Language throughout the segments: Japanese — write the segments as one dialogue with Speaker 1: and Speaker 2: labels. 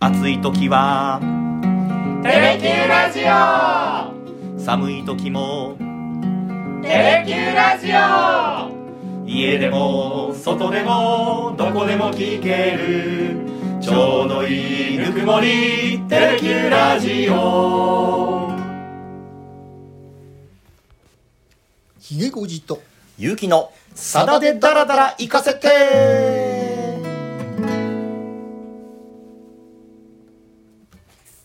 Speaker 1: 暑い時は
Speaker 2: テレキューラジオ
Speaker 1: 寒い時も
Speaker 2: テレキューラジオ
Speaker 1: 家でも外でもどこでも聞けるちょうどいいぬくもりテレキューラジオ
Speaker 3: ひげごじと
Speaker 1: ゆうきのさだでダラダラ行かせて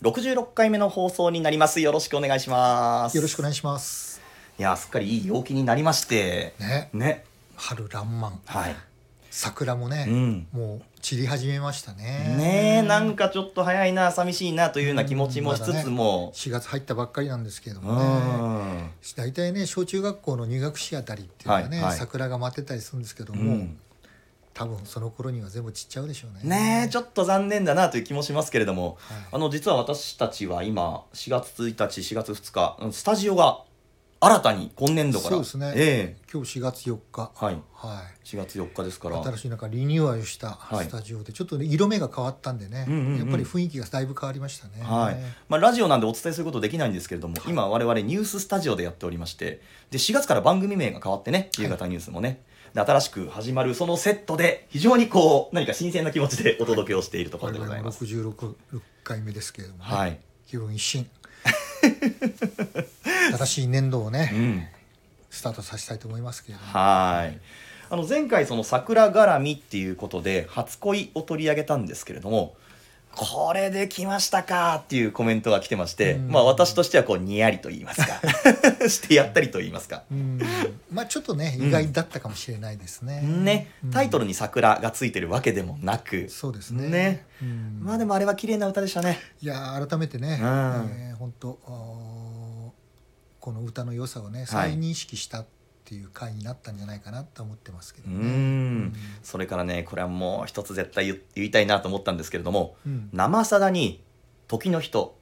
Speaker 1: 66回目の放送になりますよろしくお願いします
Speaker 3: よろしくお願いします
Speaker 1: いやーすっかりいい陽気になりまして
Speaker 3: ね
Speaker 1: ね
Speaker 3: 春らんまん
Speaker 1: はい
Speaker 3: 桜もね、
Speaker 1: うん
Speaker 3: もう散り始めましたね
Speaker 1: ねえなんかちょっと早いな寂しいなというような気持ちもしつつも、
Speaker 3: 4月入ったばっかりなんですけど
Speaker 1: う
Speaker 3: もね
Speaker 1: ん
Speaker 3: 大体ね小中学校の入学式あたりっていうのはね、
Speaker 1: はいはい
Speaker 3: 桜が待ってたりするんですけど
Speaker 1: う
Speaker 3: も、
Speaker 1: ん
Speaker 3: 多分その頃には全部散っちゃうでしょうね
Speaker 1: ねえちょっと残念だなという気もしますけれども、
Speaker 3: はい
Speaker 1: あの実は私たちは今4月1日4月2日うんスタジオが新たに今年度から
Speaker 3: そうですね
Speaker 1: え
Speaker 3: 今日4月4日
Speaker 1: えはい
Speaker 3: は
Speaker 1: 4月4日ですか
Speaker 3: い
Speaker 1: ら
Speaker 3: 新しい中リニューアルした
Speaker 1: はい
Speaker 3: スタジオで、ちょっとね色目が変わったんでね、
Speaker 1: うんうんうん
Speaker 3: やっぱり雰囲気がだいぶ変わりましたね、
Speaker 1: はいまあ、ラジオなんでお伝えすることできないんですけれども、今我々ニューススタジオでやっておりましてで4月から番組名が変わってね夕方ニュースもね、で新しく始まるそのセットで非常にこう何か新鮮な気持ちでお届けをしているとこ
Speaker 3: こ
Speaker 1: ろで
Speaker 3: れ
Speaker 1: ござ
Speaker 3: が
Speaker 1: います。
Speaker 3: 66回目ですけれども、ね
Speaker 1: はい、
Speaker 3: 気分一 新新しい年度をね、
Speaker 1: うん
Speaker 3: スタートさせたいと思いますけれども、
Speaker 1: はいあの前回その桜絡みっていうことで初恋を取り上げたんですけれどもこれできましたかっていうコメントが来てまして、
Speaker 3: うん
Speaker 1: まあ私としてはこうにやりと言います かしてやったりと言いますか
Speaker 3: うんまあちょっとね意外だったかもしれないですね、
Speaker 1: ね
Speaker 3: うん
Speaker 1: タイトルに桜がついてるわけでもなく
Speaker 3: そうですね
Speaker 1: ね
Speaker 3: うん
Speaker 1: まあでもあれは綺麗な歌でしたね
Speaker 3: いや改めてね、
Speaker 1: うん
Speaker 3: えー本当おーこの歌の良さをね再認識したっていう回になったんじゃないかなと思ってますけど
Speaker 1: う
Speaker 3: ね、
Speaker 1: んそれからねこれはもう一つ絶対言言いたいなと思ったんですけれども
Speaker 3: うん
Speaker 1: 「生さだ」に「時の人」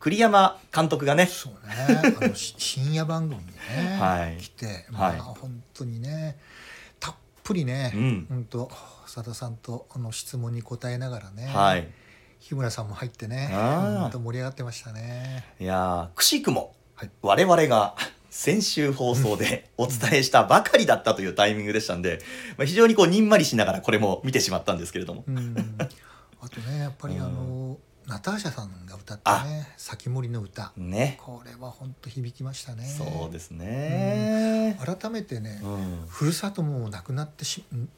Speaker 1: 栗山監督がね
Speaker 3: そう ねあのし深夜番組にね、
Speaker 1: はい
Speaker 3: 来て、まあ
Speaker 1: はい
Speaker 3: 本当にねたっぷりね、
Speaker 1: うん
Speaker 3: 本当佐田さんとあの質問に答えながらね、
Speaker 1: はい
Speaker 3: 日村さんも入ってね
Speaker 1: あー
Speaker 3: 本当盛り上がってましたね
Speaker 1: いやーくしくも、
Speaker 3: はい
Speaker 1: 我々が先週放送でお伝えしたばかりだったというタイミングでしたんで、まあ、非常にこうにんまりしながらこれも見てしまったんですけれども、
Speaker 3: うんあとねやっぱり
Speaker 1: うん
Speaker 3: あの、ナターシャさんが歌ったね「先森の歌」
Speaker 1: ね
Speaker 3: これは本当響きましたね
Speaker 1: そうですね、
Speaker 3: 改めてね、
Speaker 1: うん
Speaker 3: ふるさともなくなってしん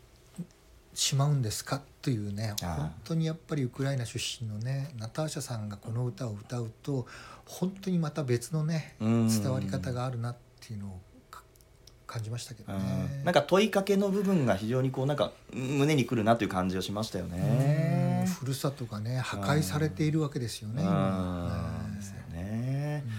Speaker 3: しまうんですかというね
Speaker 1: ああ
Speaker 3: 本当にやっぱりウクライナ出身のねナターシャさんがこの歌を歌うと本当にまた別のね
Speaker 1: うん
Speaker 3: 伝わり方があるなっていうのをか感じましたけどね。
Speaker 1: なんか問いかけの部分が非常にこうなんかうん胸にくるなという感じをしましたよ
Speaker 3: うん
Speaker 1: ね。
Speaker 3: ふるさとがね破壊されているわけですよ
Speaker 1: うん
Speaker 3: ね。今ね
Speaker 1: ですよね
Speaker 3: うん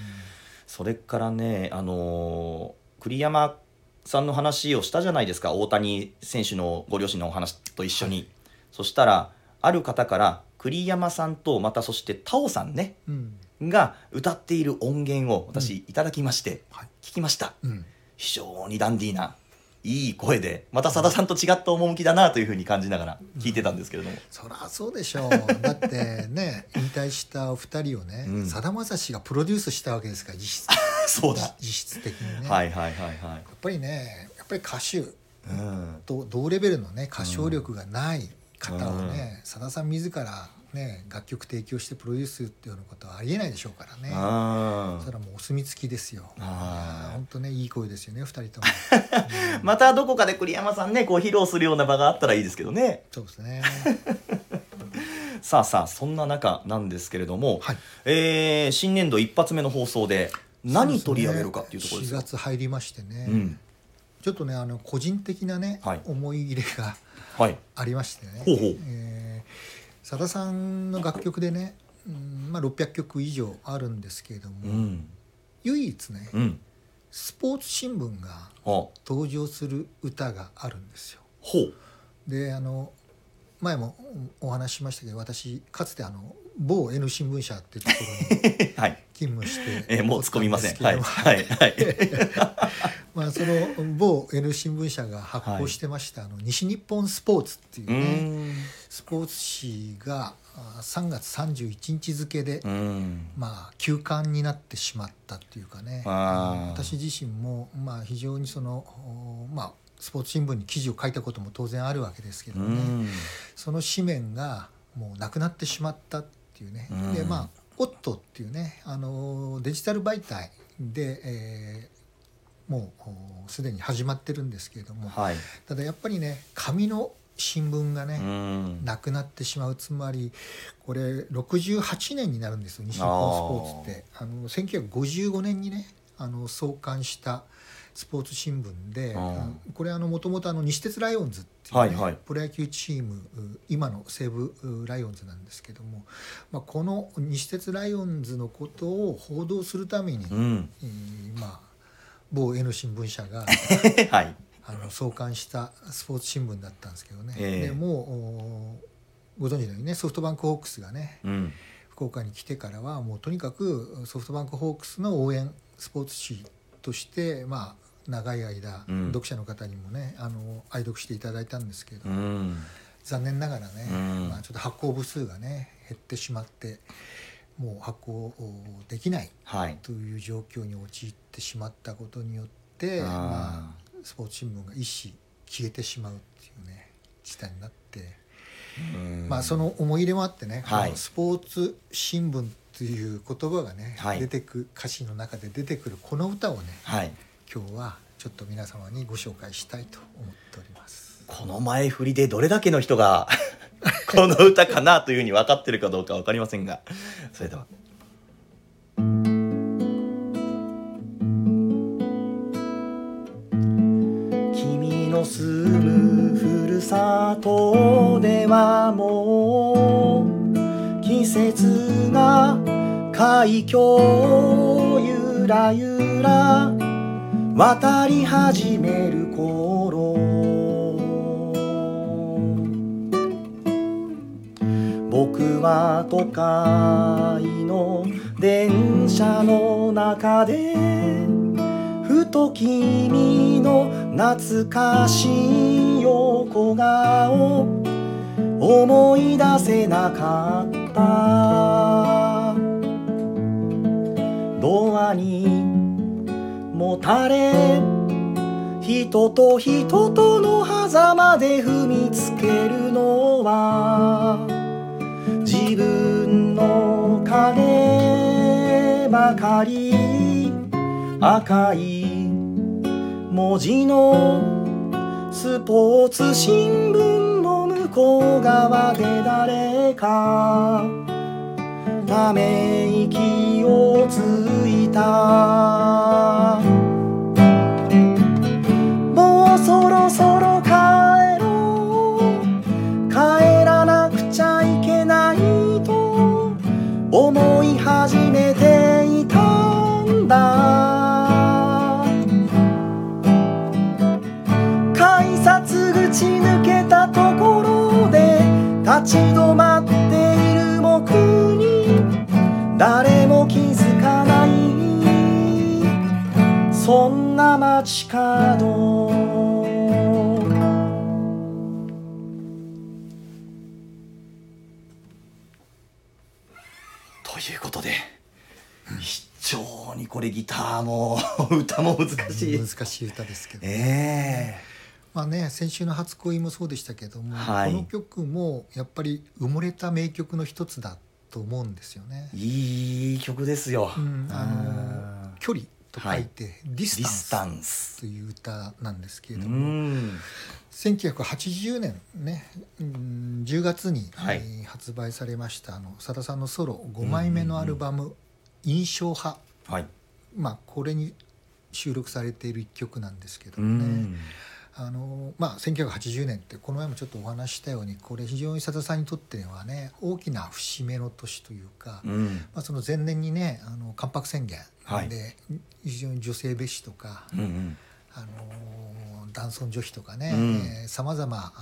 Speaker 1: それからね、あのー栗山さんの話をしたじゃないですか大谷選手のご両親のお話と一緒に、そしたらある方から栗山さんとまたそしてタオさんね
Speaker 3: うん
Speaker 1: が歌っている音源を私いただきまして、
Speaker 3: はい
Speaker 1: 聞きました。
Speaker 3: うん
Speaker 1: 非常にダンディーないい声でまたさださんと違った趣だなというふうに感じながら聞いてたんですけれども、
Speaker 3: そりゃそうでし ょうだってね引退したお二人をね
Speaker 1: うん
Speaker 3: さだまさしがプロデュースしたわけですから実質
Speaker 1: そうだ、
Speaker 3: 実質的にね、
Speaker 1: は
Speaker 3: や
Speaker 1: いはいはいはい、
Speaker 3: っぱりねやっぱり歌手
Speaker 1: うん、
Speaker 3: と同レベルのね歌唱力がない方をねさだ、さん自らね楽曲提供してプロデュースするっていうようなことはありえないでしょうからね
Speaker 1: あ
Speaker 3: そ
Speaker 1: ー
Speaker 3: れはもうお墨付きですよ
Speaker 1: あー
Speaker 3: 本当ねいい声ですよね二 人とも
Speaker 1: またどこかで栗山さんねこう披露するような場があったらいいですけどね
Speaker 3: そうですね
Speaker 1: さあさあそんな中なんですけれども、
Speaker 3: はい
Speaker 1: えー新年度一発目の放送で何取り上げるかっていうところです
Speaker 3: 4
Speaker 1: よ
Speaker 3: 月入りましてね、
Speaker 1: うん
Speaker 3: ちょっとねあの個人的なね、
Speaker 1: はい
Speaker 3: 思い入れが
Speaker 1: はい
Speaker 3: ありましてね
Speaker 1: ほうほう
Speaker 3: えーさださんの楽曲でね、うんまあ、600曲以上あるんですけれども、
Speaker 1: うん
Speaker 3: 唯一ね
Speaker 1: うん
Speaker 3: スポーツ新聞が
Speaker 1: あほ
Speaker 3: 登場する歌があるんですよ。
Speaker 1: う
Speaker 3: であの前もおお話ししましたけど私かつてあの某 N 新聞社っていうところに
Speaker 1: はい。
Speaker 3: 勤務して
Speaker 1: えーもう突っ込みません。
Speaker 3: おっ
Speaker 1: は
Speaker 3: た
Speaker 1: い。
Speaker 3: ですけど
Speaker 1: はい。はい。
Speaker 3: まあその某 N 新聞社が発行してました、あの西日本スポーツっていう
Speaker 1: う
Speaker 3: ね、
Speaker 1: ーん。
Speaker 3: スポーツ紙があ3月31日付で、
Speaker 1: うーん。
Speaker 3: まあ、休刊になってしまったっていうかね
Speaker 1: あー
Speaker 3: 私自身も、まあ、非常にその、おまあ、スポーツ新聞に記事を書いたことも当然あるわけですけ
Speaker 1: う
Speaker 3: ど
Speaker 1: ー
Speaker 3: ね
Speaker 1: ん。
Speaker 3: その紙面がもうなくなってしまったっていうね
Speaker 1: うん
Speaker 3: でまあ「オットっていうねあのデジタル媒体で、えーもうおすでに始まってるんですけれども
Speaker 1: はい。
Speaker 3: ただやっぱりね紙の新聞がね、
Speaker 1: うーん。
Speaker 3: なくなってしまうつまりこれ68年になるんですよ西日本スポーツってあの1955年にねあの創刊したスポーツ新聞で、
Speaker 1: あー
Speaker 3: あのこれあのもともとあの西鉄ライオンズっていうね、
Speaker 1: はいはい
Speaker 3: プロ野球チームう今の西武うライオンズなんですけども、まあ、この西鉄ライオンズのことを報道するために、
Speaker 1: うん。
Speaker 3: えーまあ某 N 新聞社 が
Speaker 1: はい。
Speaker 3: あの創刊したスポーツ新聞だったんですけどね、
Speaker 1: ええ
Speaker 3: でもうおご存知のようにねソフトバンクホークスがね
Speaker 1: うん。
Speaker 3: 福岡に来てからはもうとにかくソフトバンクホークスの応援スポーツ紙としてまあ長い間、
Speaker 1: うん
Speaker 3: 読者の方にもねあの愛読していただいたんですけど、
Speaker 1: うーん。
Speaker 3: 残念ながらね、
Speaker 1: うん
Speaker 3: まあ、ちょっと発行部数がね減ってしまってもう発行できない
Speaker 1: はい。
Speaker 3: という状況に陥ってしまったことによって
Speaker 1: あー
Speaker 3: まあスポーツ新聞が一紙消えてしまうっていうね事態になって、
Speaker 1: うーん
Speaker 3: まあその思い入れもあってね、
Speaker 1: はい
Speaker 3: このスポーツ新聞という言葉がね、
Speaker 1: はい
Speaker 3: 出てく歌詞の中で出てくるこの歌をね
Speaker 1: はい。
Speaker 3: 今日はちょっと皆様にご紹介したいと思っております。
Speaker 1: この前振りでどれだけの人がこの歌かなというふうに分かってるかどうか分かりませんがそれでは。君の住むふるさとではもう季節が海峡をゆらゆら渡り始める頃僕は都会の電車の中でふと君の懐かしい横顔思い出せなかったドアにもたれ人と人との狭間で踏みつけるのは自分の影ばかり赤い文字のスポーツ新聞の向こう側で誰かため息をついたもうそろそろ帰ろう帰らなくちゃいけないと思い始めていたんだ改札口抜けたところで立ち止まっている僕に誰も気づかないそんな街角ということで非常にこれギターも 歌も難しい
Speaker 3: 難。しい歌ですけど、
Speaker 1: ええ
Speaker 3: まあね先週の初恋もそうでしたけども、
Speaker 1: はい
Speaker 3: この曲もやっぱり埋もれた名曲の一つだと思うんですよね。
Speaker 1: いい曲ですよ。
Speaker 3: うんあの
Speaker 1: うん
Speaker 3: 距離と書いて、ディ
Speaker 1: ディ
Speaker 3: ス
Speaker 1: ス
Speaker 3: タ
Speaker 1: タ
Speaker 3: ン
Speaker 1: ン
Speaker 3: ス
Speaker 1: ス。
Speaker 3: という歌なんですけ
Speaker 1: う
Speaker 3: れども、
Speaker 1: ん。
Speaker 3: 1980年ね、うん、10月に、
Speaker 1: はい
Speaker 3: えー発売されましたあのさださんのソロ5枚目のアルバム「印象派
Speaker 1: はい。」
Speaker 3: まあこれに収録されている一曲なんですけど
Speaker 1: う
Speaker 3: もね。
Speaker 1: ん。
Speaker 3: あのまあ、1980年ってこの前もちょっとお話ししたようにこれ非常にさださんにとってはね大きな節目の年というか、
Speaker 1: うん。
Speaker 3: まあ、その前年にねあの関白宣言
Speaker 1: はい
Speaker 3: で、非常に女性蔑視とか、
Speaker 1: うんうん。
Speaker 3: あの男尊女卑とかね
Speaker 1: うん
Speaker 3: さまざま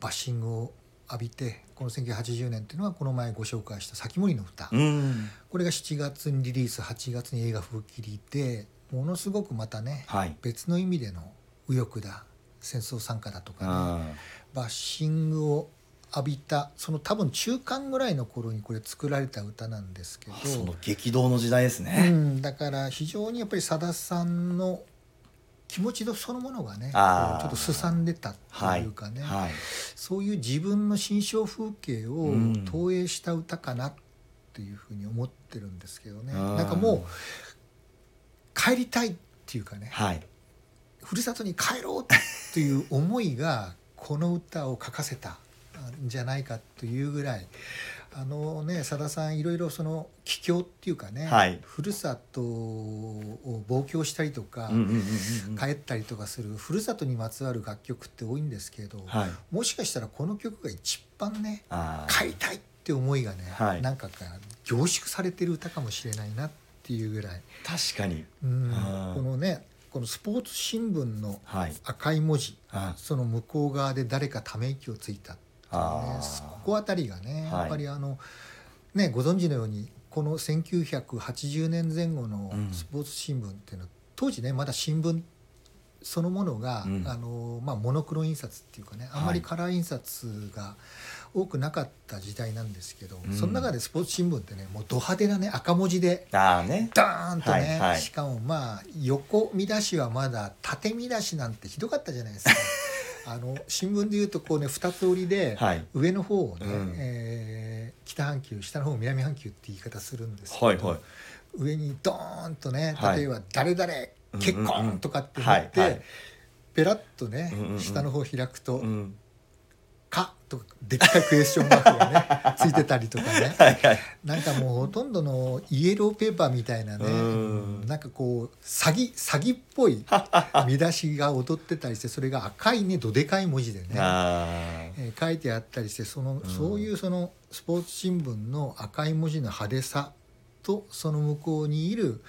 Speaker 3: バッシングを浴びてこの1980年っていうのはこの前ご紹介した「先森の歌」
Speaker 1: うん
Speaker 3: これが7月にリリース8月に映画風切りでものすごくまたね、
Speaker 1: はい
Speaker 3: 別の意味での右翼だ戦争参加だと
Speaker 1: うん
Speaker 3: かね、バッシングを浴びたその多分中間ぐらいの頃にこれ作られた歌なんですけど
Speaker 1: あその激動の時代です
Speaker 3: う
Speaker 1: ね、
Speaker 3: ん、だから非常にやっぱりさださんの気持ちそのものがねこ
Speaker 1: あー
Speaker 3: うちょっとすさんでた
Speaker 1: は
Speaker 3: とい
Speaker 1: いう
Speaker 3: かね、
Speaker 1: はい
Speaker 3: そういう自分の心象風景を
Speaker 1: うん
Speaker 3: 投影した歌かなっていうふうに思ってるんですけどね、
Speaker 1: うん
Speaker 3: なんかもう帰りたいっていうかね
Speaker 1: はい
Speaker 3: ふるさとに帰ろうっていう思いがこの歌を書かせたんじゃないかというぐらいあのねさださんいろいろその帰郷っていうかね、
Speaker 1: はい
Speaker 3: ふるさとを望郷したりとか、
Speaker 1: うんうんうんうんうん
Speaker 3: 帰ったりとかするふるさとにまつわる楽曲って多いんですけど、
Speaker 1: はい
Speaker 3: もしかしたらこの曲が一番ね
Speaker 1: あー
Speaker 3: 帰りたいって思いがね、
Speaker 1: はい
Speaker 3: なんかから凝縮されてる歌かもしれないなっていうぐらい、
Speaker 1: 確かに
Speaker 3: うん
Speaker 1: あー
Speaker 3: このねこのスポーツ新聞の
Speaker 1: はい
Speaker 3: 赤い文字
Speaker 1: あ
Speaker 3: その向こう側で誰かため息をついたっていう
Speaker 1: あ
Speaker 3: ね
Speaker 1: ー
Speaker 3: ここあたりがね
Speaker 1: はい
Speaker 3: やっぱりあの、ねご存知のようにこの1980年前後の
Speaker 1: うん
Speaker 3: スポーツ新聞っていうのは、当時ねまだ新聞そのものが、
Speaker 1: うん
Speaker 3: あのまあ、モノクロ印刷っていうかねあんまりカラー印刷が多くなかった時代なんですけど、
Speaker 1: うん
Speaker 3: その中でスポーツ新聞ってねもうド派手なね赤文字で
Speaker 1: あーね
Speaker 3: ダーンとね、
Speaker 1: はいはい
Speaker 3: しかもまあ横見出しはまだ縦見出しなんてひどかったじゃないですか あの新聞でいうとこうね二つ折りで、
Speaker 1: はい
Speaker 3: 上の方をね、
Speaker 1: うん
Speaker 3: えー北半球下の方を南半球って言い方するんですけど、
Speaker 1: はいはい
Speaker 3: 上にドーンとね
Speaker 1: はい
Speaker 3: 例えば「誰々、結婚」とかって
Speaker 1: うんうん
Speaker 3: 言
Speaker 1: うん
Speaker 3: って、
Speaker 1: はいはい
Speaker 3: ペラッとね、
Speaker 1: うんうんうん
Speaker 3: 下の方開くと「
Speaker 1: うん
Speaker 3: か」とかでっかいクエスチョンマーク がねついてたりとかね。
Speaker 1: はいはい
Speaker 3: なんかもうほとんどのイエローペーパーみたいなね
Speaker 1: うん
Speaker 3: なんかこう詐欺詐欺っぽい見出しが踊ってたりしてそれが赤いねどでかい文字でね、
Speaker 1: あ
Speaker 3: えー書いてあったりしてその、
Speaker 1: ん
Speaker 3: そういうそのスポーツ新聞の赤い文字の派手さとその向こうにいる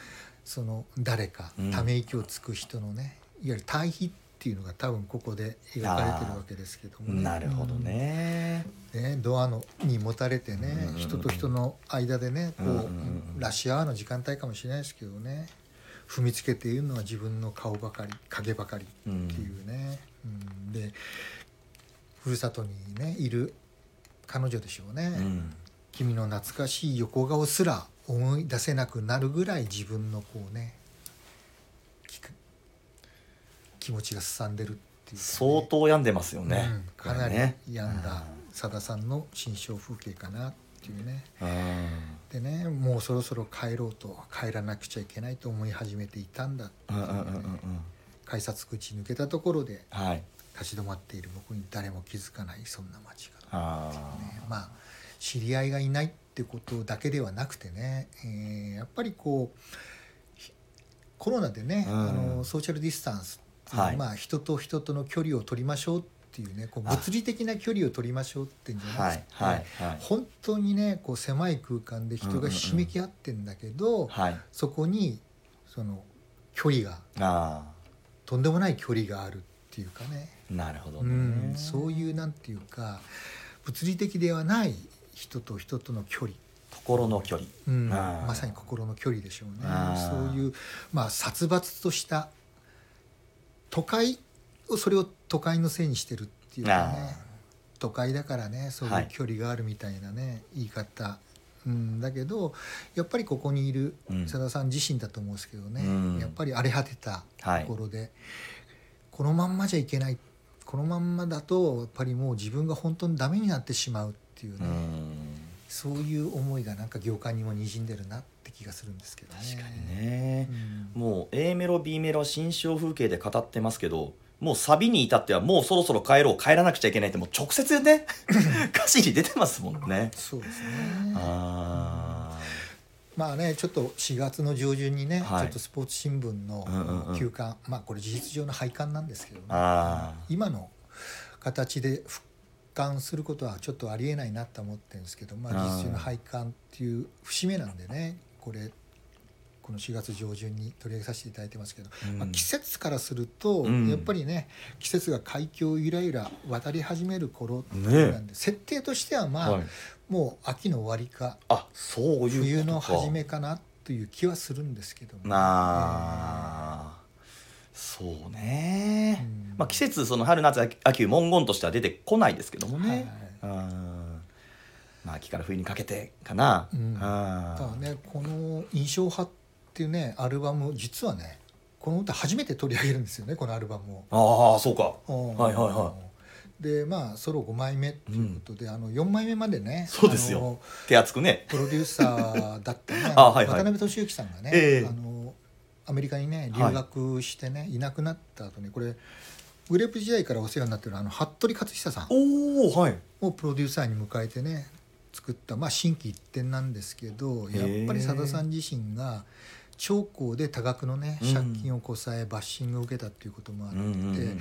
Speaker 3: その誰か
Speaker 1: うん
Speaker 3: ため息をつく人のね、いわゆる対比っていうのが多分ここで描かれてるわけですけども
Speaker 1: ーなるほどね
Speaker 3: ね、ドアのにもたれてね、
Speaker 1: うん
Speaker 3: 人と人の間でねこう、
Speaker 1: うんうんうん
Speaker 3: ラッシュアワーの時間帯かもしれないですけどね踏みつけているのは自分の顔ばかり影ばかりっていうね、うんでふるさとにねいる彼女でしょうね、
Speaker 1: うん
Speaker 3: 君の懐かしい横顔すら思い出せなくなるぐらい自分のこうねきく気持ちがすさんでるっていうかね、
Speaker 1: 相当病んでますよね
Speaker 3: うん、かなり
Speaker 1: これね
Speaker 3: 病んださださんの心象風景かなっていうね
Speaker 1: うん
Speaker 3: でねもうそろそろ帰ろうと帰らなくちゃいけないと思い始めていたんだって
Speaker 1: う
Speaker 3: い
Speaker 1: んう
Speaker 3: う
Speaker 1: んうんうんう
Speaker 3: ね
Speaker 1: ん
Speaker 3: 改札口抜けたところで
Speaker 1: はい
Speaker 3: 立ち止まっている僕に誰も気づかないそんな街が、
Speaker 1: あ
Speaker 3: ね、まあ知り合いがいないってことだけではなくてね、えーやっぱりこうひコロナでね、
Speaker 1: うん
Speaker 3: あのソーシャルディスタンスっていう
Speaker 1: はい
Speaker 3: まあ、人と人との距離を取りましょうっていうねこう物理的な距離を取りましょうっていうんじ
Speaker 1: あ
Speaker 3: ゃな
Speaker 1: は
Speaker 3: く
Speaker 1: い
Speaker 3: て、
Speaker 1: はいはい
Speaker 3: 本当にねこう狭い空間で人がひしめき合ってんだけど、
Speaker 1: はい
Speaker 3: そこにその距離が
Speaker 1: あ
Speaker 3: とんでもない距離があるっていうかね、
Speaker 1: あなるほど
Speaker 3: う
Speaker 1: ね
Speaker 3: ん、そういうなんていうか物理的ではない人と人との距離、
Speaker 1: 心の距離
Speaker 3: うん、
Speaker 1: あー
Speaker 3: まさに心の距離でしょうね
Speaker 1: あー
Speaker 3: そういう、まあ、殺伐とした都会をそれを都会のせいにしてるっていうかね
Speaker 1: あ
Speaker 3: 都会だからねそう
Speaker 1: はいいう
Speaker 3: 距離があるみたいなね、言い方、うん、だけどやっぱりここにいる
Speaker 1: うん
Speaker 3: さださん自身だと思うんですけどね、
Speaker 1: うん
Speaker 3: やっぱり荒れ果てた
Speaker 1: はい
Speaker 3: ところで、このまんまじゃいけないこのまんまだとやっぱりもう自分が本当にダメになってしまうっていうね、
Speaker 1: うん
Speaker 3: そういう思いがなんか行間にも滲んでるなって気がするんですけどね。
Speaker 1: 確かにね
Speaker 3: うん
Speaker 1: もう A メロ B メロ心象風景で語ってますけどもうサビに至ってはもうそろそろ帰ろう帰らなくちゃいけないってもう直接ね歌詞に出てますもんね
Speaker 3: そうですね。
Speaker 1: あ
Speaker 3: まあねちょっと4月の上旬にね、
Speaker 1: はい
Speaker 3: ちょっとスポーツ新聞
Speaker 1: うんうんう
Speaker 3: の
Speaker 1: ん
Speaker 3: 休刊、まあこれ事実上の廃刊なんですけどね
Speaker 1: ああ
Speaker 3: 今の形で復刊することはちょっとありえないなと思ってるんですけど、まあ、
Speaker 1: あー
Speaker 3: 事実上の廃刊っていう節目なんでねこれここの4月上旬に取り上げさせていただいてますけど、
Speaker 1: うん
Speaker 3: まあ、季節からすると、
Speaker 1: うん
Speaker 3: やっぱりね季節が海峡をゆらゆら渡り始める頃
Speaker 1: ね
Speaker 3: なんで、設定としてはまあ、
Speaker 1: はい、
Speaker 3: もう秋の終わりか
Speaker 1: あそういうことか
Speaker 3: 冬の初めかなという気はするんですけども、
Speaker 1: なあ、そうね、
Speaker 3: うん
Speaker 1: まあ、季節その春夏秋秋文言としては出てこないですけどもね、うんまあ、秋から冬にかけてかな、
Speaker 3: うん
Speaker 1: あ
Speaker 3: だ
Speaker 1: ー
Speaker 3: からねこの「印象派」っていうねアルバム実はねこの歌初めて取り上げるんですよねこのアルバムを。。
Speaker 1: あーそうかはいはいはい
Speaker 3: でまあソロ5枚目ということで、あの4枚目までね
Speaker 1: そうですよ
Speaker 3: あの
Speaker 1: 手厚くね
Speaker 3: プロデューサーだったね
Speaker 1: あはいはい
Speaker 3: 渡辺俊之さんがね、
Speaker 1: ええ
Speaker 3: あのアメリカにね
Speaker 1: はい
Speaker 3: 留学してね、い、なくなった後にこれグレープ時代からお世話になってるあの服部克久さん
Speaker 1: おおはい
Speaker 3: をプロデューサーに迎えてね作った、まあ、新規一点なんですけど
Speaker 1: へ
Speaker 3: やっ
Speaker 1: ー
Speaker 3: ぱりさださん自身が長江で多額のね
Speaker 1: うん
Speaker 3: 借金をこさえバッシングを受けたっていうこともあっ
Speaker 1: う
Speaker 3: て、
Speaker 1: んうんうんうん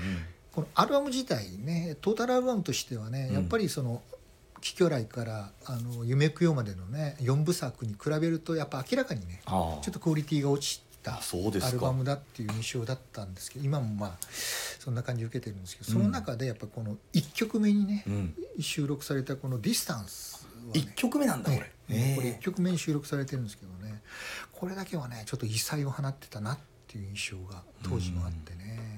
Speaker 3: このアルバム自体ねトータルアルバムとしてはね、
Speaker 1: うん
Speaker 3: やっぱりその「貴巨来」から「あの夢供養」までのね4部作に比べるとやっぱ明らかにね
Speaker 1: あ
Speaker 3: ちょっとクオリティが落ちた
Speaker 1: あそうですか
Speaker 3: アルバムだっていう印象だったんですけど今もまあそんな感じ受けてるんですけどその中でやっぱこの1曲目にね、
Speaker 1: うん、
Speaker 3: 収録されたこの「ディスタンスはね
Speaker 1: 1曲目なんだこれ
Speaker 3: ね、ねこれ
Speaker 1: え
Speaker 3: 1曲目に収録されてるんですけどねこれだけはねちょっと異彩を放ってたなっていう印象が当時もあってね、うん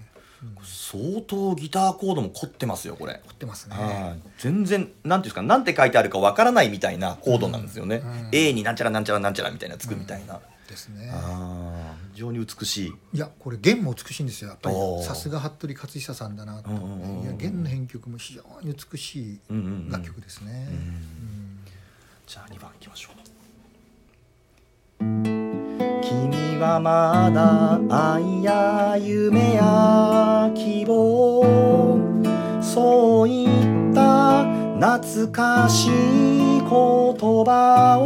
Speaker 3: 凝
Speaker 1: ー相当ギターコードも凝ってますよこれ
Speaker 3: ってますね
Speaker 1: はい全然なんていうんですかなんて書いてあるかわからないみたいなコードなんですよね、
Speaker 3: うんうん
Speaker 1: A になんちゃらなんちゃらなんちゃらみたいなつくみたいな、
Speaker 3: ですね
Speaker 1: あー非常に美しい
Speaker 3: いやこれ弦も美しいんですよやっぱり
Speaker 1: おー
Speaker 3: さすが服部克久さんだなと、
Speaker 1: うんうんうんうん
Speaker 3: いや弦の編曲も非常に美しい
Speaker 1: うんうんうん
Speaker 3: 楽曲ですね、
Speaker 1: うん
Speaker 3: うん
Speaker 1: じゃあ2番いきましょう君はまだ愛や夢や希望そういった懐かしい言葉を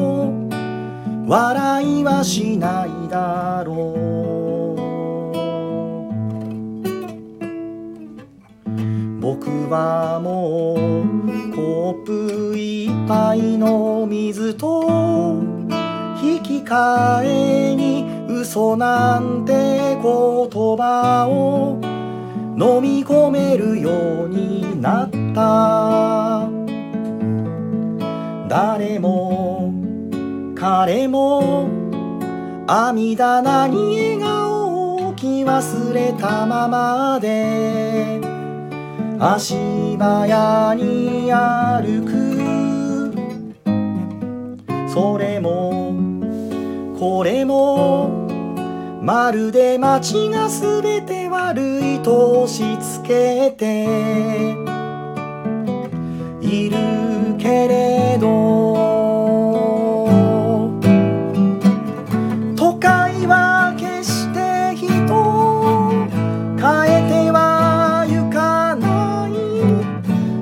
Speaker 1: 笑いはしないだろう僕はもうコップ一杯の水と引き換えに嘘なんて言葉を飲み込めるようになった誰も彼も網棚に笑顔を置き忘れたままで足早に歩くそれもこれもまるで街が全て悪いと押し付けているけれど都会は決して人を変えてはゆかない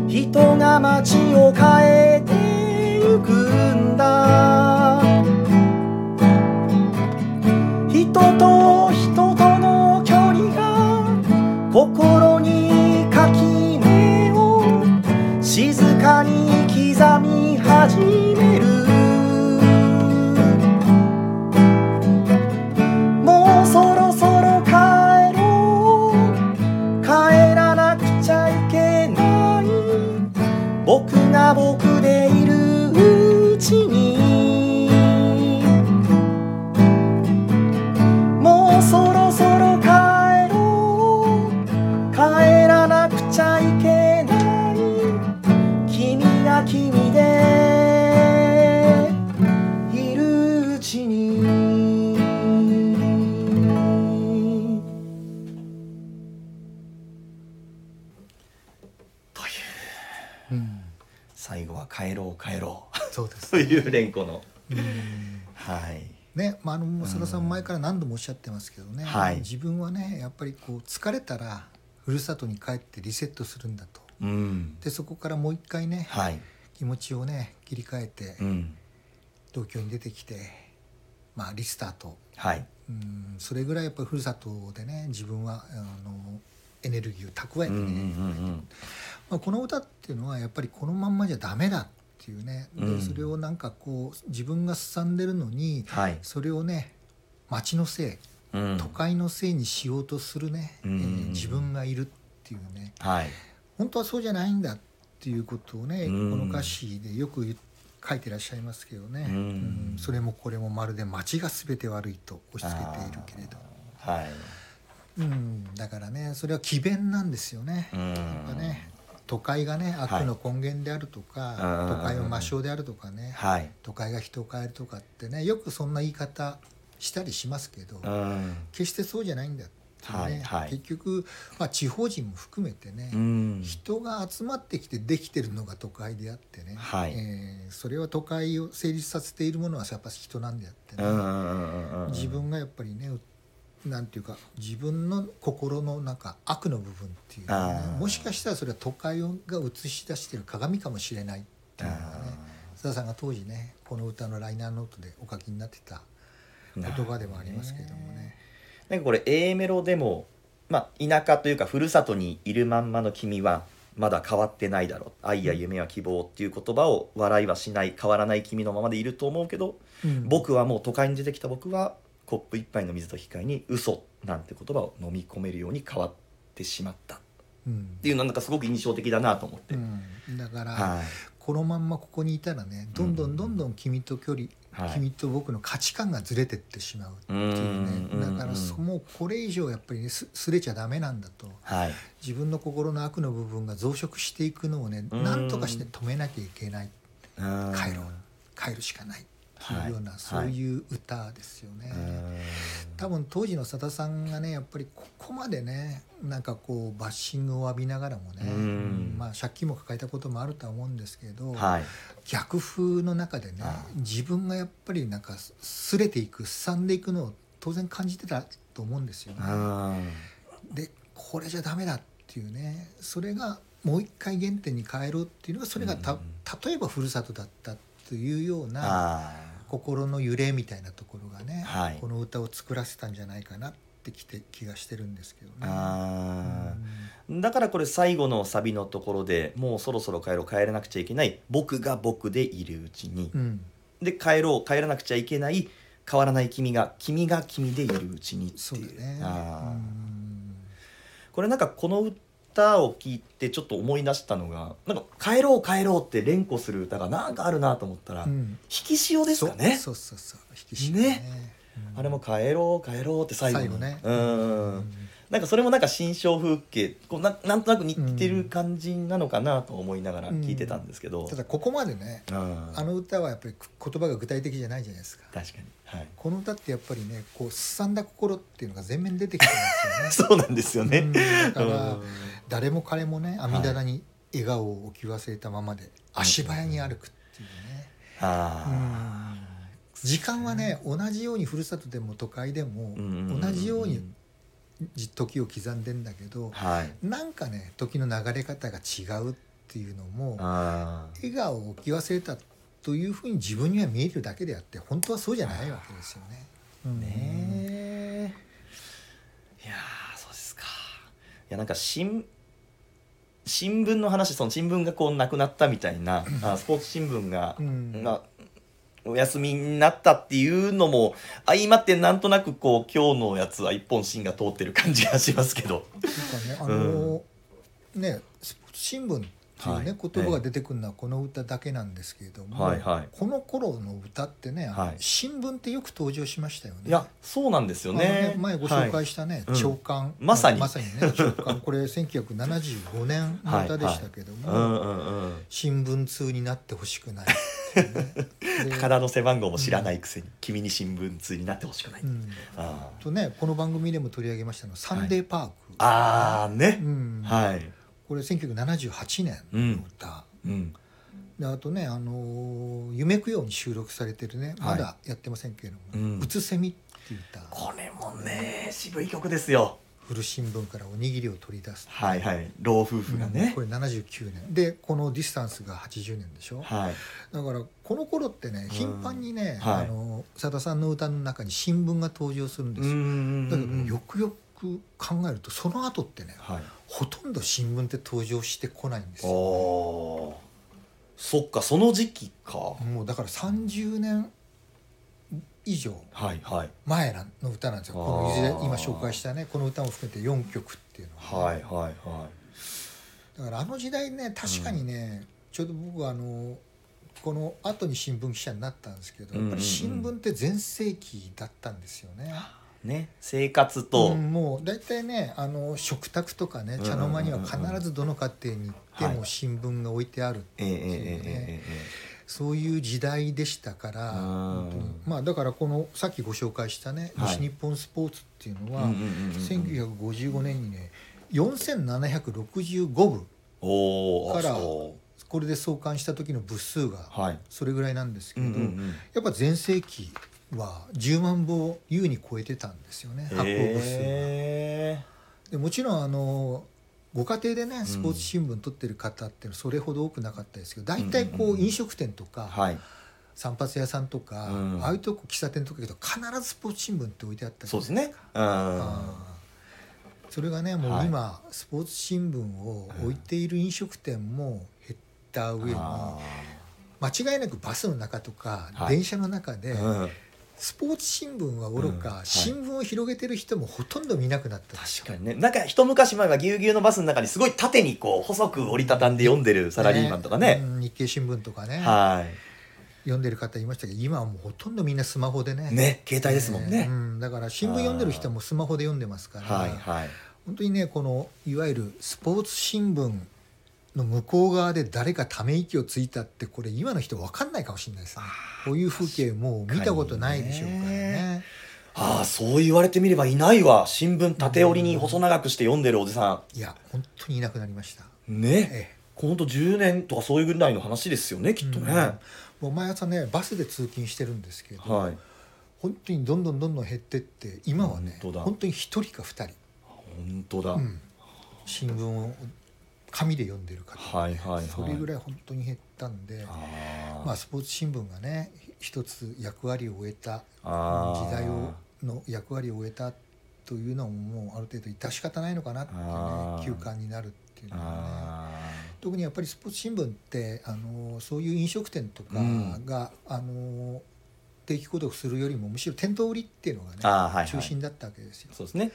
Speaker 1: 人が街を変えてゆくんだ人と人との距離が心に垣根を静かに刻み始めるもうそろそろ帰ろう帰らなくちゃいけない僕が僕でいるうちにもうそろそろ帰ろう帰らなくちゃいけない君が君でいるうちにという
Speaker 3: うん
Speaker 1: 最後は帰ろう帰ろう
Speaker 3: そうです
Speaker 1: という連呼の
Speaker 3: うん
Speaker 1: はい
Speaker 3: ねまあ、あのもうさださん前から何度もおっしゃってますけどね、
Speaker 1: はい
Speaker 3: 自分はねやっぱりこう疲れたらふるさとに帰ってリセットするんだと
Speaker 1: うん
Speaker 3: でそこからもう一回ね
Speaker 1: はい
Speaker 3: 気持ちをね切り替えて
Speaker 1: うん
Speaker 3: 東京に出てきて、まあ、リスタート
Speaker 1: はい
Speaker 3: うんそれぐらいやっぱりふるさとでね自分はあのエネルギーを蓄え
Speaker 1: う
Speaker 3: て
Speaker 1: ん
Speaker 3: ね、
Speaker 1: うんうん
Speaker 3: まあ、この歌っていうのはやっぱりこのまんまじゃダメだっていうねで
Speaker 1: うん
Speaker 3: それをなんかこう自分がすさんでるのに
Speaker 1: はい
Speaker 3: それをね町のせい
Speaker 1: うん
Speaker 3: 都会のせいにしようとするね、
Speaker 1: うん
Speaker 3: えー自分がいるっていうね
Speaker 1: はい
Speaker 3: 本当はそうじゃないんだっていうことをね、
Speaker 1: うん
Speaker 3: この歌詞でよく言っ書いてらっしゃいますけどね、
Speaker 1: うん
Speaker 3: うんそれもこれもまるで町が全て悪いと押し付けているけれど、
Speaker 1: はい
Speaker 3: うん、だからねそれは詭弁なんですよね。
Speaker 1: うん
Speaker 3: やっぱね都会がね悪の根源であるとか、
Speaker 1: はい
Speaker 3: 都会は魔性であるとかね、
Speaker 1: はい
Speaker 3: 都会が人を変えるとかってねよくそんな言い方したりしますけど、
Speaker 1: うん
Speaker 3: 決してそうじゃないんだっていうね、
Speaker 1: はいはい
Speaker 3: 結局、まあ、地方人も含めてね、
Speaker 1: うん
Speaker 3: 人が集まってきてできてるのが都会であってね、
Speaker 1: はい
Speaker 3: えーそれは都会を成立させているものはやっぱ人なんであって
Speaker 1: う
Speaker 3: ね、
Speaker 1: んうんうんうん
Speaker 3: 自分がやっぱりねうなんていうか自分の心の中悪の部分っていうのはね
Speaker 1: あー
Speaker 3: もしかしたらそれは都会が映し出してる鏡かもしれないっていうのがね須田さんが当時ねこの歌のライナーノートでお書きになってた言葉でもありますけれどもね。
Speaker 1: なんかこれ A メロでも、まあ、田舎というかふるさとにいるまんまの君はまだ変わってないだろう愛や夢や希望っていう言葉を笑いはしない変わらない君のままでいると思うけど
Speaker 3: うん
Speaker 1: 僕はもう都会に出てきた僕はコップ一杯の水と引き換えに嘘なんて言葉を飲み込めるように変わってしまったっ
Speaker 3: うん
Speaker 1: ていうのはなんかすごく印象的だなと思って、
Speaker 3: うんだから、
Speaker 1: はい
Speaker 3: このまんまここにいたらねどんどんどんどん君と距離、
Speaker 1: はい
Speaker 3: 君と僕の価値観がずれてってしまうっていう
Speaker 1: うん
Speaker 3: ねだからそ
Speaker 1: うん
Speaker 3: もうこれ以上やっぱりねすすれちゃダメなんだと
Speaker 1: はい
Speaker 3: 自分の心の悪の部分が増殖していくのをね
Speaker 1: うん
Speaker 3: なんとかして止めなきゃいけない
Speaker 1: うん
Speaker 3: 帰ろう帰るしかないっていうような、
Speaker 1: はい
Speaker 3: そういう歌ですよね。
Speaker 1: うん
Speaker 3: 多分当時の佐田さんがねやっぱりここまでねなんかこうバッシングを浴びながらもね、
Speaker 1: うん
Speaker 3: まあ、借金も抱えたこともあるとは思うんですけど、
Speaker 1: はい
Speaker 3: 逆風の中でね
Speaker 1: ああ
Speaker 3: 自分がやっぱりなんかすすれていくすさんでいくのを当然感じてたと思うんですよ
Speaker 1: う
Speaker 3: ね。
Speaker 1: ん
Speaker 3: でこれじゃダメだっていうねそれがもう一回原点に変えろっていうのがそれがた、
Speaker 1: うん
Speaker 3: 例えばふるさとだったというような
Speaker 1: あ
Speaker 3: 心の揺れみたいなところがね、
Speaker 1: はい
Speaker 3: この歌を作らせたんじゃないかなってきて気がしてるんですけどね。
Speaker 1: ーあーだからこれ最後のサビのところでもうそろそろ帰ろう帰らなくちゃいけない僕が僕でいるうちに、
Speaker 3: うんうん
Speaker 1: で帰ろう帰らなくちゃいけない変わらない君が君が君でいるうちにっていう
Speaker 3: そうだね。
Speaker 1: あー
Speaker 3: うん
Speaker 1: これなんかこの歌を聞いてちょっと思い出したのがなんか帰ろう帰ろうって連呼する歌がなんかあるなと思ったら、
Speaker 3: う
Speaker 1: 引
Speaker 3: ん
Speaker 1: き潮ですかね
Speaker 3: そうそうそうそう引き締
Speaker 1: ね
Speaker 3: うん
Speaker 1: あれも帰ろう帰ろうって最後に
Speaker 3: 最後ね
Speaker 1: うん、なんかそれもなんか新象風景こうななんとなく似てる感じなのかなと思いながら聞いてたんですけど、
Speaker 3: ただここまでね
Speaker 1: うん
Speaker 3: あの歌はやっぱり言葉が具体的じゃないじゃないですか
Speaker 1: 確かに、はい、
Speaker 3: この歌ってやっぱりねこうすさんだ心っていうのが全面に出てきてます
Speaker 1: そうなんですよ
Speaker 3: よ
Speaker 1: ね、
Speaker 3: ねうんだから
Speaker 1: うん
Speaker 3: 誰も彼もね網棚に笑顔を置き忘れたままで足早に歩くっていうね
Speaker 1: あ
Speaker 3: 時間はね同じようにふるさとでも都会でも
Speaker 1: ーん
Speaker 3: 同じようにじ時を刻んでんだけど
Speaker 1: はい
Speaker 3: なんかね時の流れ方が違うっていうのも
Speaker 1: あー
Speaker 3: 笑顔を置き忘れたというふうに自分には見えるだけであって本当はそうじゃないわけですよね。うん
Speaker 1: ねえいやーそうですかいやなんか新新聞の話その新聞がこうなくなったみたいなあスポーツ新聞が、
Speaker 3: うん
Speaker 1: まあお休みになったっていうのも相まってなんとなくこう今日のやつは一本芯が通ってる感じがしますけど
Speaker 3: っていうかねあのねスポーツ新聞っていうね、
Speaker 1: はい
Speaker 3: 言葉が出てくるのはこの歌だけなんですけれども、
Speaker 1: はいはい
Speaker 3: この頃の歌ってね、あの
Speaker 1: はい
Speaker 3: 新聞ってよく登場しましたよね。
Speaker 1: いやそうなんですよね
Speaker 3: あのね前ご紹
Speaker 1: はい
Speaker 3: 介したね「
Speaker 1: はい
Speaker 3: 長官、
Speaker 1: うんまさに
Speaker 3: まさにね「長官」これ1975年の歌でしたけども、
Speaker 1: うんうんうん
Speaker 3: 新聞通になってほしくないってい うねで
Speaker 1: 高田の背番号も知らないくせに、君に新聞通になってほしくない、
Speaker 3: うん
Speaker 1: あー
Speaker 3: とねこの番組でも取り上げましたの「サンデーパーク」
Speaker 1: あーね
Speaker 3: う、ん
Speaker 1: はい、
Speaker 3: これ1978年の歌、
Speaker 1: うん、
Speaker 3: であとね「あのー夢くよう」に収録されてるね
Speaker 1: は
Speaker 3: ま
Speaker 1: い
Speaker 3: だやってませんけれども「
Speaker 1: うん
Speaker 3: うつせみ」っていう歌
Speaker 1: これもね渋い曲ですよ
Speaker 3: 古新聞からおにぎりを取り出す、
Speaker 1: はいはい老夫婦がね、
Speaker 3: これ79年でこの「ディスタンス」が80年でしょ、
Speaker 1: はい
Speaker 3: だからこの頃ってね頻繁にね、
Speaker 1: はい
Speaker 3: あの佐田さんの歌の中に新聞が登場するんですよ、
Speaker 1: ん
Speaker 3: だけどねよくよく考えるとその後ってね
Speaker 1: はい
Speaker 3: ほとんど新聞って登場してこないんです
Speaker 1: お
Speaker 3: よ
Speaker 1: おーそっかその時期か
Speaker 3: もうだから30年以上
Speaker 1: はいはい
Speaker 3: 前なんの歌なんですよこのいずれ今紹介したねこの歌も含めて4曲っていうのはね、
Speaker 1: はいはいは
Speaker 3: だからあの時代ね確かにね、ちょうど僕はあのこの後に新聞記者になったんですけどやっぱり新聞って全盛期だったんですよね。
Speaker 1: いね生活と、
Speaker 3: うん、もう大体ねあの食卓とかね茶の間には必ずどの家庭に行って
Speaker 1: はい
Speaker 3: も新聞が置いてあるって
Speaker 1: ええええ
Speaker 3: いうね、
Speaker 1: えええ
Speaker 3: そういう時代でしたから
Speaker 1: うん
Speaker 3: 本当にまあだからこのさっきご紹介したね「
Speaker 1: はい
Speaker 3: 西日本スポーツ」っていうの
Speaker 1: ええ
Speaker 3: は、
Speaker 1: うんうんうんうん
Speaker 3: 1955年にね4765部
Speaker 1: おお
Speaker 3: から
Speaker 1: そ
Speaker 3: これで創刊した時の部数が
Speaker 1: うはい
Speaker 3: それぐらいなんですけ
Speaker 1: う
Speaker 3: れ
Speaker 1: んう
Speaker 3: ど、
Speaker 1: んうん
Speaker 3: やっぱ全盛期は10万部を優に超えてたんですよね発行部数が。
Speaker 1: へ
Speaker 3: でもちろんあのご家庭でねスポーツ新聞取ってる方っていうのはそれほど多くなかったですけど大体
Speaker 1: うん
Speaker 3: こ
Speaker 1: うん
Speaker 3: う
Speaker 1: うん
Speaker 3: 飲食店と
Speaker 1: ー
Speaker 3: か
Speaker 1: はい
Speaker 3: 散髪屋さんとか
Speaker 1: うん
Speaker 3: ああいうとこ喫茶店とか行くと必ずスポーツ新聞って置いてあったり
Speaker 1: そうですねうん
Speaker 3: あーそれがねも
Speaker 1: は
Speaker 3: う
Speaker 1: い
Speaker 3: 今スポーツ新聞を置いている飲食店も減った上に間
Speaker 1: あ
Speaker 3: 違いなくバスの中とか
Speaker 1: はい
Speaker 3: 電車の中で
Speaker 1: ーうん
Speaker 3: スポーツ新聞はおろ
Speaker 1: うん
Speaker 3: か
Speaker 1: はい
Speaker 3: 新聞を広げてる人もほとんど見なくなった
Speaker 1: 確かにねなんか一昔前はぎゅうぎゅうのバスの中にすごい縦にこう細く折りたたんで読んでるサラリーマンとかね
Speaker 3: うん日経新聞とかね、
Speaker 1: は
Speaker 3: 読んでる方いましたけど今はもうほとんどみんなスマホでね
Speaker 1: いね携帯ですもんね、
Speaker 3: うん、だから新聞読んでる人もスマホで読んでますから、
Speaker 1: はいはい
Speaker 3: 本当にねこのいわゆるスポーツ新聞の向こう側で誰かため息をついたってこれ今の人分かんないかもしれないですねこういう風景もう見たことないでしょうからね
Speaker 1: ああそう言われてみればいないわ新聞縦折りに細長くして読んでるおじさ
Speaker 3: いや本当にいなくなりました
Speaker 1: んね
Speaker 3: ええ
Speaker 1: ほんと10年とかそういうぐらいの話ですよねきっとね、
Speaker 3: うんもう毎朝ねバスで通勤してるんですけど、
Speaker 1: はい
Speaker 3: 本当にどんどんどんどん減ってって今はね
Speaker 1: 本当だ
Speaker 3: 本当に一人か二人
Speaker 1: 本当だ、
Speaker 3: うん新聞を紙で読んでる方、
Speaker 1: はいはいはい
Speaker 3: それぐらい本当に減ったんで
Speaker 1: あー
Speaker 3: まあ、スポーツ新聞がね一つ役割を終えた
Speaker 1: あー
Speaker 3: 時代をの役割を終えたというのももうある程度致し方ないのかなって
Speaker 1: あー
Speaker 3: いうね休館になるっていうのはね。
Speaker 1: あ
Speaker 3: 特にやっぱりスポーツ新聞ってあのそういう飲食店と
Speaker 1: う
Speaker 3: か
Speaker 1: ん
Speaker 3: が、あの定期購読するよりもむしろ店頭売りっていうのがね、
Speaker 1: あーはいはい
Speaker 3: 中心だったわけですよ
Speaker 1: ーそうですね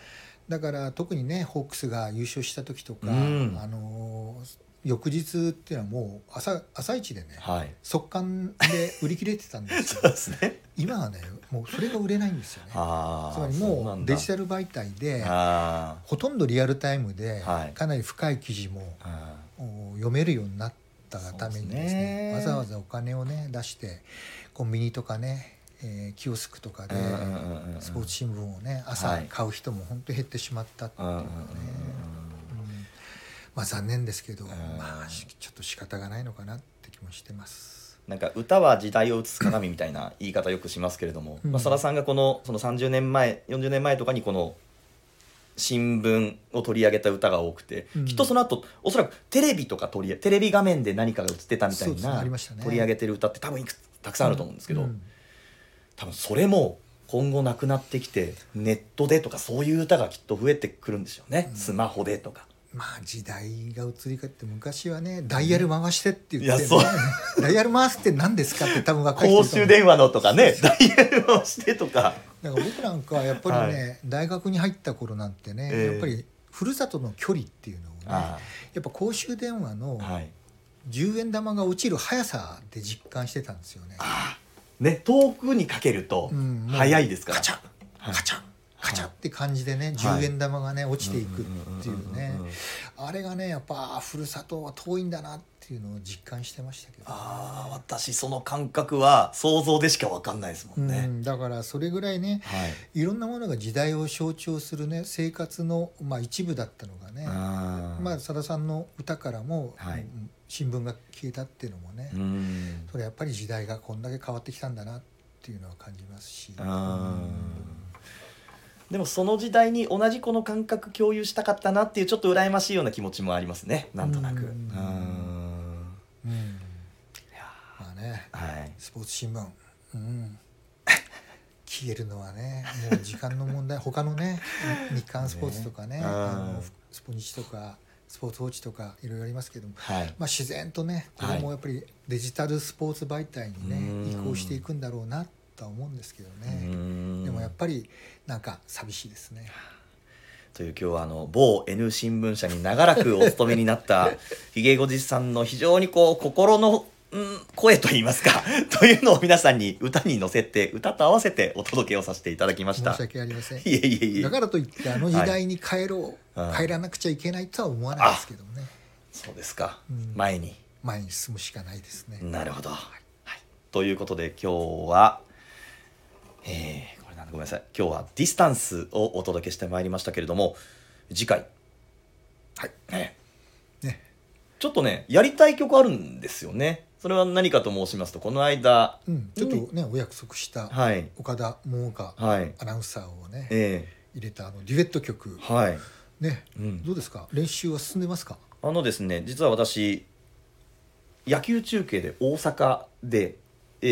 Speaker 3: だから特にねホークスが優勝した時とか、
Speaker 1: うん
Speaker 3: あの翌日っていうのはもう朝朝一でね、
Speaker 1: はい
Speaker 3: 速乾で売り切れてたんです
Speaker 1: そ
Speaker 3: け
Speaker 1: うで
Speaker 3: ど
Speaker 1: すね
Speaker 3: 今はねもうそれが売れないんですよね
Speaker 1: ああ
Speaker 3: つまりもうデジ
Speaker 1: タ
Speaker 3: タル媒体で
Speaker 1: あ
Speaker 3: ほとんどリアルタイムで
Speaker 1: はい
Speaker 3: かなり深い記事も
Speaker 1: ーあ
Speaker 3: お読めるようになったがために
Speaker 1: そ
Speaker 3: です
Speaker 1: うで
Speaker 3: ね
Speaker 1: すね
Speaker 3: わざわざお金をね出してコンビニとかね、えーキオスクとかで
Speaker 1: うんうんうんうん
Speaker 3: スポーツ新聞をね朝
Speaker 1: はい
Speaker 3: 買う人も本当減ってしまったって
Speaker 1: ー
Speaker 3: いう
Speaker 1: うん
Speaker 3: か
Speaker 1: うん
Speaker 3: ね
Speaker 1: うんうん
Speaker 3: うんまあ残念ですけど
Speaker 1: ん
Speaker 3: まあしちょっと仕方がないのかなって気もしてます。
Speaker 1: なんか歌は時代を映す鏡みたいな言い方よくしますけれども、
Speaker 3: うん
Speaker 1: まあ、佐田さんがこのその30年前40年前とかにこの新聞を取り上げた歌が多くて、
Speaker 3: うん
Speaker 1: きっとその後おそらくテレビとか取りテレビ画面で何かが映ってたみた
Speaker 3: そう
Speaker 1: い
Speaker 3: ですね
Speaker 1: な
Speaker 3: ありましたね
Speaker 1: 取り上げてる歌って多分いくつたくさんあると思うんですけど、
Speaker 3: うん
Speaker 1: 多分それも今後なくなってきてネットでとかそういう歌がきっと増えてくるんでしょうね、
Speaker 3: うん
Speaker 1: スマホでとか。
Speaker 3: まあ時代が移り変わって昔はねダイヤル回してって言って、
Speaker 1: いや
Speaker 3: ね
Speaker 1: そう
Speaker 3: ダイヤル回すって何ですかって多分若い人
Speaker 1: 公
Speaker 3: い
Speaker 1: 衆
Speaker 3: ると思う
Speaker 1: 電話のとかねダイヤルをしてとか
Speaker 3: だから僕なんかはやっぱりね、
Speaker 1: は
Speaker 3: 大学に入った頃なんてね、
Speaker 1: ええ
Speaker 3: やっぱりふるさとの距離っていうのをねや
Speaker 1: あ
Speaker 3: っぱ公衆電話の
Speaker 1: あはい
Speaker 3: 10円玉が落ちる速さで実感してたんですよね。
Speaker 1: ね遠くにかけると
Speaker 3: うんもう
Speaker 1: 早いですから、
Speaker 3: カチャン
Speaker 1: はい
Speaker 3: カチャンカチャンって感じでね、
Speaker 1: はい
Speaker 3: 10円玉がね落ちていくってい
Speaker 1: ん
Speaker 3: うん
Speaker 1: ん
Speaker 3: ね
Speaker 1: んん
Speaker 3: あれがねやっぱふるさとは遠いんだなっていうのを実感してましたけど。
Speaker 1: ああ私その感覚は想像でしか分かんないですも
Speaker 3: うん
Speaker 1: ね、
Speaker 3: ん、だからそれぐらいね
Speaker 1: はい
Speaker 3: いろんなものが時代を象徴するね生活の、まあ、一部だったのがね、
Speaker 1: あー
Speaker 3: まあ、さださんの歌からも、
Speaker 1: はい
Speaker 3: うん新聞が消えたっていうのもね、
Speaker 1: うん
Speaker 3: それやっぱり時代がこんだけ変わってきたんだなっていうのは感じますし、
Speaker 1: あーでもその時代に同じこの感覚共有したかったなっていうちょっと羨ましいような気持ちもありますねなんとなく
Speaker 3: うん
Speaker 1: うん
Speaker 3: うん
Speaker 1: いや
Speaker 3: まあね
Speaker 1: ーはい
Speaker 3: スポーツ新聞、うん、 消えるのはねもう時間の 問題他のね日刊スポーツとかね
Speaker 1: ね
Speaker 3: あの
Speaker 1: うん
Speaker 3: スポニチとかスポーツウォッチとかいろいろありますけども
Speaker 1: はい
Speaker 3: まあ、自然とねこれもやっぱりデジタルスポーツ媒体にね、
Speaker 1: うん
Speaker 3: 移行していくんだろうなっとは思うんですけど
Speaker 1: う
Speaker 3: ね、
Speaker 1: ん
Speaker 3: でもやっぱりなんか寂しいですね
Speaker 1: という今日はあの某 N 新聞社に長らくお勤めにな ったひげごじさんの非常にこう心のうん声といいますか というのを皆さんに歌に乗せて歌と合わせてお届けをさせていただきまし
Speaker 3: 申
Speaker 1: た。
Speaker 3: し訳ありません
Speaker 1: いえいえいえ
Speaker 3: だからといってあの時代に帰ろう、
Speaker 1: はいうん
Speaker 3: 帰らなくちゃいけないとは思わないですけどね
Speaker 1: そうですか、
Speaker 3: うん
Speaker 1: 前に
Speaker 3: 前に進むしかないですね、
Speaker 1: なるほど、はいということで今日は、えーこれなんだごめんなさい今日は「ディスタンス」をお届けしてまいりましたけれども次回、
Speaker 3: はい
Speaker 1: ね
Speaker 3: ね
Speaker 1: ちょっとねやりたい曲あるんですよねそれは何かと申しますとこの間
Speaker 3: うん、ちょっとね、お約束した
Speaker 1: はい
Speaker 3: 岡田桃佳
Speaker 1: はい
Speaker 3: アナウンサーをね、
Speaker 1: え
Speaker 3: 入れたあのデュエット曲
Speaker 1: え、はい、
Speaker 3: ね、
Speaker 1: うん
Speaker 3: どうですか練習は進んでますか
Speaker 1: あのですね実は私野球中継で大阪で、え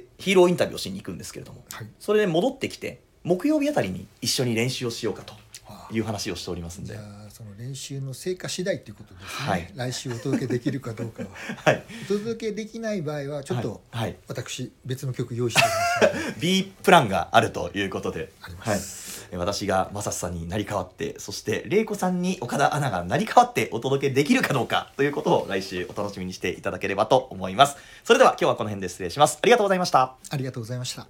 Speaker 1: ーヒーローインタビューをしに行くんですけれども
Speaker 3: はい
Speaker 1: それで戻ってきて木曜日あたりに一緒に練習をしようかと
Speaker 3: あ
Speaker 1: いう話をしておりますん
Speaker 3: じ
Speaker 1: で
Speaker 3: ゃ、あその練習の成果次第ということですね、
Speaker 1: はい
Speaker 3: 来週お届けできるかどう かは
Speaker 1: はい、
Speaker 3: お届けできない場合はちょっと
Speaker 1: はいはい
Speaker 3: 私別の曲用意しておりますので
Speaker 1: B プランがあるということで
Speaker 3: ありま
Speaker 1: はい
Speaker 3: す、
Speaker 1: え私がマサスさんに成り代わってそして玲子さんに岡田アナが成り代わってお届けできるかどうかということを来週お楽しみにしていただければと思いますそれでは今日はこの辺で失礼しますありがとうございました
Speaker 3: ありがとうございました